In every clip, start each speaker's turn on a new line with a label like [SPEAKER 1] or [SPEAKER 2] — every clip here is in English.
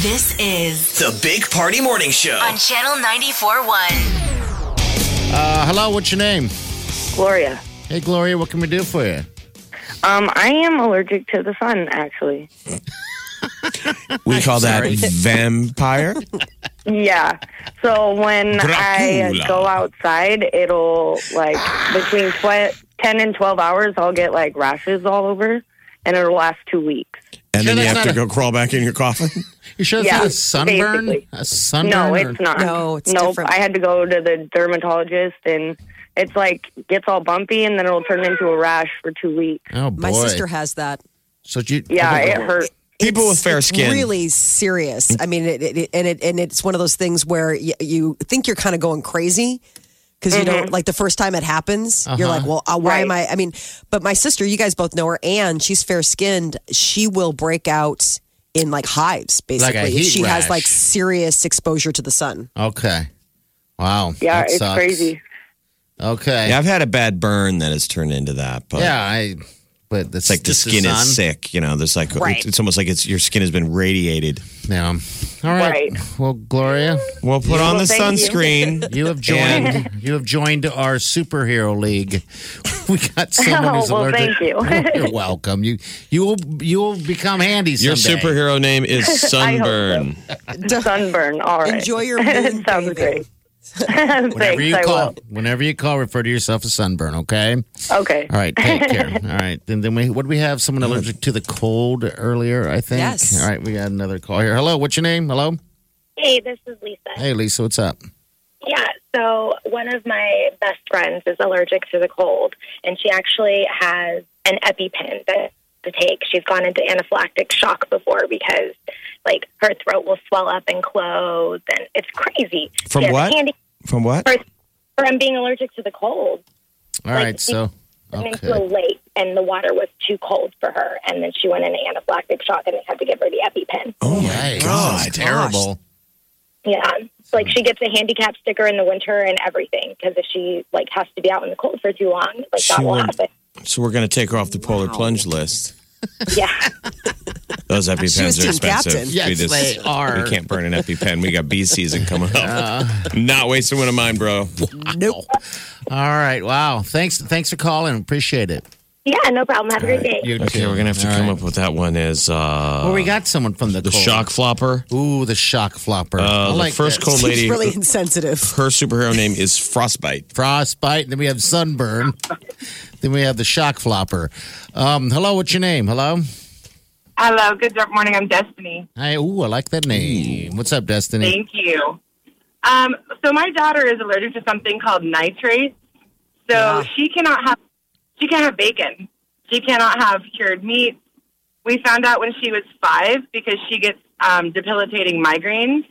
[SPEAKER 1] This is
[SPEAKER 2] The Big Party Morning Show.
[SPEAKER 1] on Channel 94.1.
[SPEAKER 3] Uh, hello, what's your name?
[SPEAKER 4] Gloria.
[SPEAKER 3] Hey, Gloria, what can we do for you?
[SPEAKER 4] Um, I am allergic to the sun, actually.
[SPEAKER 5] We call that vampire.
[SPEAKER 4] Yeah. So when
[SPEAKER 5] Dracula.
[SPEAKER 4] I go outside, it'll like between tw- 10 and 12 hours, I'll get like rashes all over and it'll last two weeks.
[SPEAKER 5] And
[SPEAKER 3] Sure,
[SPEAKER 5] then you
[SPEAKER 3] that's
[SPEAKER 5] have to
[SPEAKER 3] not
[SPEAKER 5] go crawl back in your coffin.
[SPEAKER 3] You sure it's
[SPEAKER 4] Yeah,
[SPEAKER 3] not a sunburn?
[SPEAKER 4] basically.
[SPEAKER 3] A sunburn?
[SPEAKER 4] no,
[SPEAKER 3] or-
[SPEAKER 4] it's not.
[SPEAKER 6] No, it's
[SPEAKER 4] nope.
[SPEAKER 6] different.
[SPEAKER 4] I had to go to the dermatologist and it's like gets all bumpy and then it'll turn into a rash for two weeks.
[SPEAKER 3] Oh boy.
[SPEAKER 7] My sister has that.
[SPEAKER 3] So you? Oh,
[SPEAKER 4] Yeah, it hurt.
[SPEAKER 5] People with
[SPEAKER 7] It's-
[SPEAKER 5] fair
[SPEAKER 7] it's
[SPEAKER 5] skin.
[SPEAKER 7] Really serious. I mean, it, it, and it and it's one of those things where y- you think you're kind of going crazy because you
[SPEAKER 4] Mm-hmm.
[SPEAKER 7] don't like the first time it happens, you're like,
[SPEAKER 3] Uh-huh.
[SPEAKER 7] well, uh, why am I? I mean, but my sister, you guys both know her, and she's fair skinned. She will break out in like hives,
[SPEAKER 3] Like
[SPEAKER 7] basically,
[SPEAKER 3] a
[SPEAKER 7] if
[SPEAKER 3] heat
[SPEAKER 7] she has
[SPEAKER 3] rash.
[SPEAKER 7] like serious exposure to the sun.
[SPEAKER 3] Okay. Wow.
[SPEAKER 4] Yeah,
[SPEAKER 3] that
[SPEAKER 4] it's
[SPEAKER 3] sucks.
[SPEAKER 4] crazy.
[SPEAKER 3] Okay.
[SPEAKER 5] Yeah, I've had a bad burn that has turned into that. But
[SPEAKER 3] Yeah, I. But
[SPEAKER 5] it's like the skin is, sick. You know, there's like it's, it's almost like it's your skin has been radiated.
[SPEAKER 3] Yeah. All right.
[SPEAKER 4] Right.
[SPEAKER 3] Well, Gloria,
[SPEAKER 5] Well, put on the
[SPEAKER 4] thank you.
[SPEAKER 5] sunscreen.
[SPEAKER 3] you have joined. you have joined our superhero league. we got someone
[SPEAKER 4] Oh,
[SPEAKER 3] who's
[SPEAKER 4] well,
[SPEAKER 3] allergic.
[SPEAKER 4] thank you.
[SPEAKER 3] You're welcome. You you will you will become handy someday.
[SPEAKER 5] Your superhero name is Sunburn.
[SPEAKER 4] Sunburn. All right.
[SPEAKER 7] Enjoy your
[SPEAKER 4] Sounds
[SPEAKER 7] moon bathing.
[SPEAKER 4] great. Thanks.
[SPEAKER 3] Whenever you
[SPEAKER 4] I
[SPEAKER 3] call,
[SPEAKER 4] will.
[SPEAKER 3] whenever you call, refer to yourself as sunburn. Okay.
[SPEAKER 4] Okay.
[SPEAKER 3] All right, take care. All right, then then we what do we have? Someone allergic to the cold earlier, I think.
[SPEAKER 7] Yes.
[SPEAKER 3] All right, we got another call here. Hello, what's your name? Hello.
[SPEAKER 8] Hey, this is Lisa.
[SPEAKER 3] Hey, Lisa, what's up?
[SPEAKER 8] Yeah, so one of my best friends is allergic to the cold, and she actually has an EpiPen that to take. She's gone into anaphylactic shock before because, like, her throat will swell up and close, and it's crazy.
[SPEAKER 5] From
[SPEAKER 8] She has
[SPEAKER 5] what?
[SPEAKER 8] Candy
[SPEAKER 5] From what?
[SPEAKER 8] from being allergic to the cold,
[SPEAKER 3] All right, so
[SPEAKER 8] and then to a
[SPEAKER 3] okay. Oh,
[SPEAKER 8] lake, and the water was too cold for her, and then she went into anaphylactic shock, and they had to give her the EpiPen.
[SPEAKER 5] Oh
[SPEAKER 3] Hey,
[SPEAKER 5] my
[SPEAKER 3] this
[SPEAKER 5] god!
[SPEAKER 3] is terrible.
[SPEAKER 8] Yeah, like she gets a handicap sticker in the winter and everything because if she like has to be out in the cold for too long, like
[SPEAKER 5] She
[SPEAKER 8] that will
[SPEAKER 5] would-
[SPEAKER 8] happen.
[SPEAKER 5] So we're gonna take her off the polar plunge list.
[SPEAKER 8] Yeah.
[SPEAKER 5] Those
[SPEAKER 7] was
[SPEAKER 5] EpiPens are
[SPEAKER 7] team
[SPEAKER 5] expensive.
[SPEAKER 7] captain.
[SPEAKER 3] Yes, they are. Uh.
[SPEAKER 5] We can't burn an EpiPen. We got bee season coming up. Not wasting one of mine, bro.
[SPEAKER 3] Nope. All right, wow. Thanks, thanks for calling. Appreciate it.
[SPEAKER 8] Yeah, no problem. Have a great day.
[SPEAKER 3] You
[SPEAKER 5] Okay,
[SPEAKER 3] too.
[SPEAKER 5] we're gonna have to
[SPEAKER 3] All
[SPEAKER 5] come
[SPEAKER 3] right.
[SPEAKER 5] up with that one. Is uh,
[SPEAKER 3] Well, we got someone from the
[SPEAKER 5] the
[SPEAKER 3] cold.
[SPEAKER 5] shock flopper?
[SPEAKER 3] Ooh, the shock flopper. I
[SPEAKER 5] Uh, the
[SPEAKER 3] like
[SPEAKER 5] first
[SPEAKER 3] that.
[SPEAKER 5] cold lady.
[SPEAKER 7] She's really insensitive.
[SPEAKER 5] her superhero name is Frostbite.
[SPEAKER 3] frostbite. Then we have sunburn. then we have the shock flopper. Um, hello, what's your name? Hello.
[SPEAKER 9] Hello, good morning. I'm Destiny.
[SPEAKER 3] Hi. Ooh, I like that name. What's up, Destiny?
[SPEAKER 9] Thank you. Um, so my daughter is allergic to something called nitrates, so she cannot have she can't have bacon. She cannot have cured meat. We found out when she was five because she gets um, debilitating migraines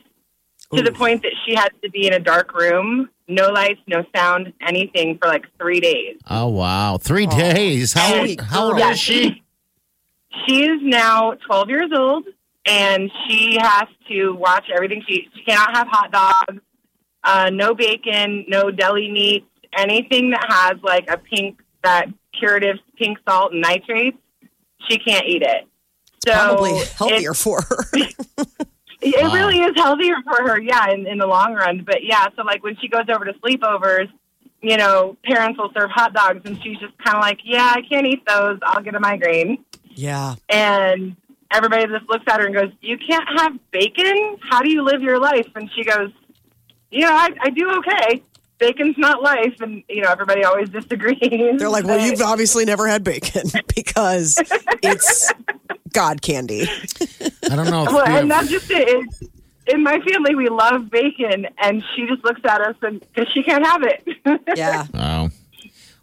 [SPEAKER 9] to the point that she has to be in a dark room, no lights, no sound, anything for like three days.
[SPEAKER 3] Oh wow, three days. How old,
[SPEAKER 7] Sweet
[SPEAKER 3] how old
[SPEAKER 7] girl.
[SPEAKER 3] is she?
[SPEAKER 9] She is now 12 years old, and she has to watch everything. She she cannot have hot dogs, uh, no bacon, no deli meat, anything that has like a pink that curative pink salt and nitrates. She can't eat it. So
[SPEAKER 7] Probably
[SPEAKER 9] it-
[SPEAKER 7] healthier for her.
[SPEAKER 9] It,
[SPEAKER 3] Wow.
[SPEAKER 9] really is healthier for her, yeah, in, in the long run. But yeah, so like when she goes over to sleepovers. You know, parents will serve hot dogs, and she's just kind of like, "Yeah, I can't eat those. I'll get a migraine."
[SPEAKER 7] yeah.
[SPEAKER 9] and everybody just looks at her and goes, "You can't have bacon. How do you live your life?" And she goes, "You know, I, I do okay. Bacon's not life." And you know, everybody always disagrees.
[SPEAKER 7] They're like, well,
[SPEAKER 9] But-
[SPEAKER 7] you've obviously never had bacon because it's God candy.
[SPEAKER 3] I don't know. if
[SPEAKER 9] Well,
[SPEAKER 3] you
[SPEAKER 9] and
[SPEAKER 3] have-
[SPEAKER 9] that's just it. It's- In my family, we love bacon, and she just looks at us and because she can't have it.
[SPEAKER 7] Yeah.
[SPEAKER 3] wow.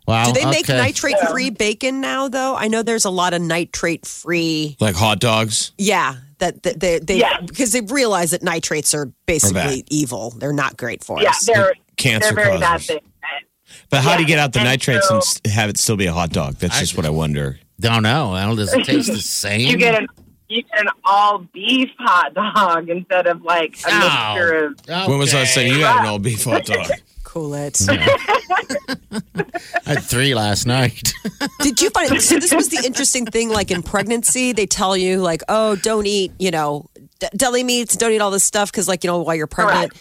[SPEAKER 3] Wow.
[SPEAKER 7] Do they make
[SPEAKER 3] okay.
[SPEAKER 7] nitrate free bacon now, though? I know there's a lot of nitrate free.
[SPEAKER 5] Like hot dogs.
[SPEAKER 7] Yeah. That that they they
[SPEAKER 9] Yeah.
[SPEAKER 7] because they realize that nitrates are basically
[SPEAKER 5] bad.
[SPEAKER 7] evil. They're not great for
[SPEAKER 9] Yeah,
[SPEAKER 7] us.
[SPEAKER 9] they're
[SPEAKER 5] Cancer
[SPEAKER 9] they're very bad
[SPEAKER 5] causers.
[SPEAKER 9] things.
[SPEAKER 5] But how do you
[SPEAKER 9] Yeah,
[SPEAKER 5] get out the
[SPEAKER 9] and
[SPEAKER 5] nitrates
[SPEAKER 9] so-
[SPEAKER 5] and s- have it still be a hot dog? That's just what I wonder.
[SPEAKER 3] Don't know. I don't. Does it taste the same?
[SPEAKER 9] You get an you get an all beef hot dog instead of like a
[SPEAKER 3] Ow.
[SPEAKER 9] mixture of
[SPEAKER 3] Okay.
[SPEAKER 5] When was the last time you had an all beef hot dog?
[SPEAKER 7] Cool
[SPEAKER 3] Mm.
[SPEAKER 7] it.
[SPEAKER 3] I had three last night.
[SPEAKER 7] Did you find so this was the interesting thing like in pregnancy they tell you like oh don't eat you know d- deli meats don't eat all this stuff cuz like you know while you're pregnant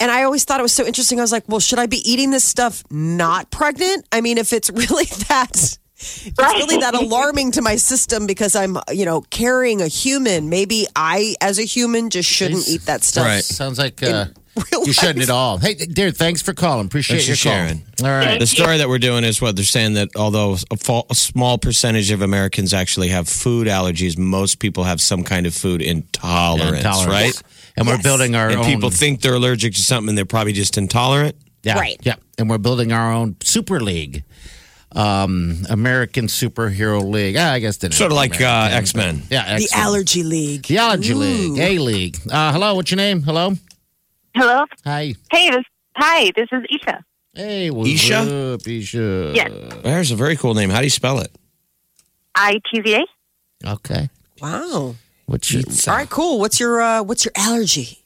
[SPEAKER 7] and I always thought it was so interesting I was like well should I be eating this stuff not pregnant I mean if it's really that if it's really that alarming to my system because I'm you know carrying a human maybe I as a human just shouldn't eat that stuff
[SPEAKER 5] Right.
[SPEAKER 3] Sounds like uh,
[SPEAKER 7] real
[SPEAKER 3] you shouldn't at all. Hey, dear, thanks for calling. Appreciate
[SPEAKER 5] Thanks for
[SPEAKER 3] your
[SPEAKER 5] sharing.
[SPEAKER 3] call. All right.
[SPEAKER 5] The story that we're doing is what they're saying that although a, fa- a small percentage of Americans actually have food allergies, most people have some kind of food intolerance,
[SPEAKER 3] Intolerance.
[SPEAKER 5] right?
[SPEAKER 3] And we're building our
[SPEAKER 5] And
[SPEAKER 3] own.
[SPEAKER 5] people think they're allergic to something and they're probably just intolerant.
[SPEAKER 3] yeah,
[SPEAKER 7] Right.
[SPEAKER 3] Yeah. And we're building our own super league, um, American Superhero League. Ah, I guess they
[SPEAKER 5] Sort of like uh, X Men.
[SPEAKER 3] yeah,
[SPEAKER 7] the
[SPEAKER 3] excellent.
[SPEAKER 7] allergy league
[SPEAKER 3] the allergy league,
[SPEAKER 7] Ooh.
[SPEAKER 3] A league. Uh, hello, what's your name? Hello.
[SPEAKER 2] Hello.
[SPEAKER 3] Hi.
[SPEAKER 2] Hey. This, hi. This is Isha.
[SPEAKER 3] Hey, what's
[SPEAKER 5] Isha?
[SPEAKER 3] up, Isha?
[SPEAKER 2] Yes.
[SPEAKER 5] There's a very cool name. How do you spell it?
[SPEAKER 2] I T Z A.
[SPEAKER 3] Okay.
[SPEAKER 7] wow
[SPEAKER 3] What's your
[SPEAKER 7] all right cool what's your uh, what's your allergy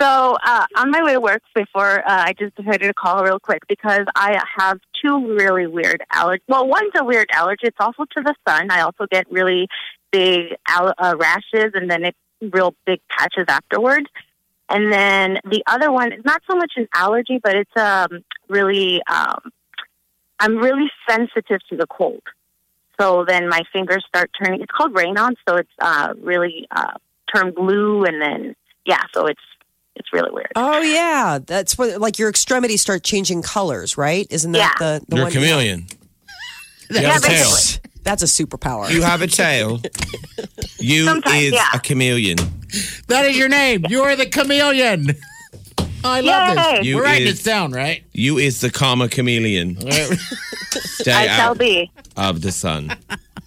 [SPEAKER 2] So uh, on my way to work before, uh, I just decided to call real quick because I have two really weird allergies. Well, one's a weird allergy. It's also to the sun. I also get really big al- uh, rashes and then it real big patches afterwards. And then the other one is not so much an allergy, but it's um, really um, I'm really sensitive to the cold. So then my fingers start turning. It's called Raynaud, so it's uh, really uh, turned blue, and then yeah, so it's it's really weird.
[SPEAKER 7] Oh yeah, that's what like your extremities start changing colors, right? Isn't that the, the
[SPEAKER 5] You're a
[SPEAKER 7] one?
[SPEAKER 5] chameleon. You have a tail.
[SPEAKER 7] That's a superpower.
[SPEAKER 5] You have a tail. You
[SPEAKER 2] Sometimes,
[SPEAKER 5] is
[SPEAKER 2] yeah.
[SPEAKER 5] a chameleon.
[SPEAKER 3] That is your name. You're the chameleon. I love this.
[SPEAKER 5] You
[SPEAKER 3] We're writing
[SPEAKER 5] is-
[SPEAKER 3] this down, right?
[SPEAKER 5] You is the comma chameleon. Day
[SPEAKER 2] I shall
[SPEAKER 5] out
[SPEAKER 2] be.
[SPEAKER 5] of the sun.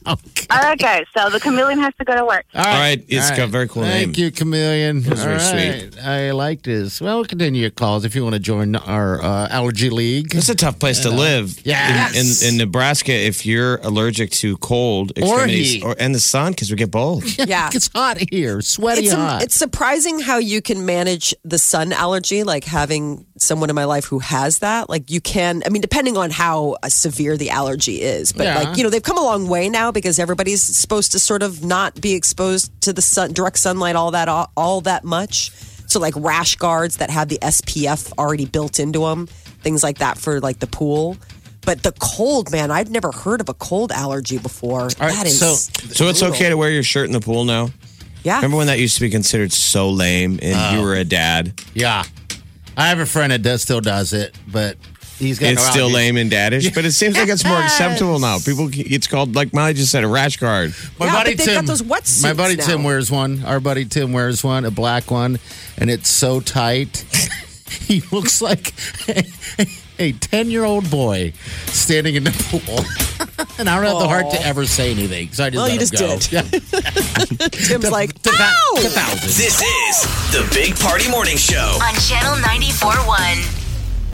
[SPEAKER 3] Okay.
[SPEAKER 2] All right, guys. So the chameleon has to go to work.
[SPEAKER 5] All right, it's got a very cool
[SPEAKER 3] Thank
[SPEAKER 5] name.
[SPEAKER 3] you, Chameleon.
[SPEAKER 5] was very
[SPEAKER 3] All right. I like this. Well, we'll continue your calls if you want to join our uh, allergy league.
[SPEAKER 5] It's a tough place to live.
[SPEAKER 3] Yes.
[SPEAKER 5] In, in, in Nebraska, if you're allergic to cold extremities
[SPEAKER 3] heat.
[SPEAKER 5] and the sun, because we get both.
[SPEAKER 7] yeah.
[SPEAKER 3] It's hot here, sweaty
[SPEAKER 7] It's,
[SPEAKER 3] hot.
[SPEAKER 7] it's surprising how you can manage the sun allergy, like having someone in my life who has that. Like you can, I mean, depending on how uh, severe the allergy is, but
[SPEAKER 3] Yeah.
[SPEAKER 7] like you know, they've come a long way now because everybody's supposed to sort of not be exposed to the sun, direct sunlight, all that, all, all that much. So like rash guards that have the SPF already built into them, things like that for like the pool. But the cold, man, I've never heard of a cold allergy before.
[SPEAKER 3] right,
[SPEAKER 7] that is
[SPEAKER 3] so-
[SPEAKER 5] So it's okay to wear your shirt in the pool now.
[SPEAKER 7] yeah.
[SPEAKER 5] Remember when that used to be considered so lame and
[SPEAKER 3] Oh.
[SPEAKER 5] you were a dad?
[SPEAKER 3] yeah. I have a friend that does, still does it, but he's got
[SPEAKER 5] It's
[SPEAKER 3] no
[SPEAKER 5] still
[SPEAKER 3] allergies.
[SPEAKER 5] lame and daddish, but it seems like it's more acceptable now. People, it's called, like Molly just said, a rash guard.
[SPEAKER 3] My
[SPEAKER 7] Yeah,
[SPEAKER 3] buddy
[SPEAKER 7] but they've
[SPEAKER 3] Tim,
[SPEAKER 7] got those wetsuits
[SPEAKER 3] My buddy
[SPEAKER 7] now.
[SPEAKER 3] Tim wears one. Our buddy Tim wears one, a black one, and it's so tight. he looks like a ten-year-old boy standing in the pool. and I don't have the heart to ever say anything, so I just
[SPEAKER 7] Well,
[SPEAKER 3] let
[SPEAKER 7] you
[SPEAKER 3] him
[SPEAKER 7] just did.
[SPEAKER 3] go. Yeah.
[SPEAKER 7] Tim's like,
[SPEAKER 3] To thou-
[SPEAKER 7] "Ow!"
[SPEAKER 3] to thousands.
[SPEAKER 10] This is the Big Party Morning Show.
[SPEAKER 1] on Channel 94.1.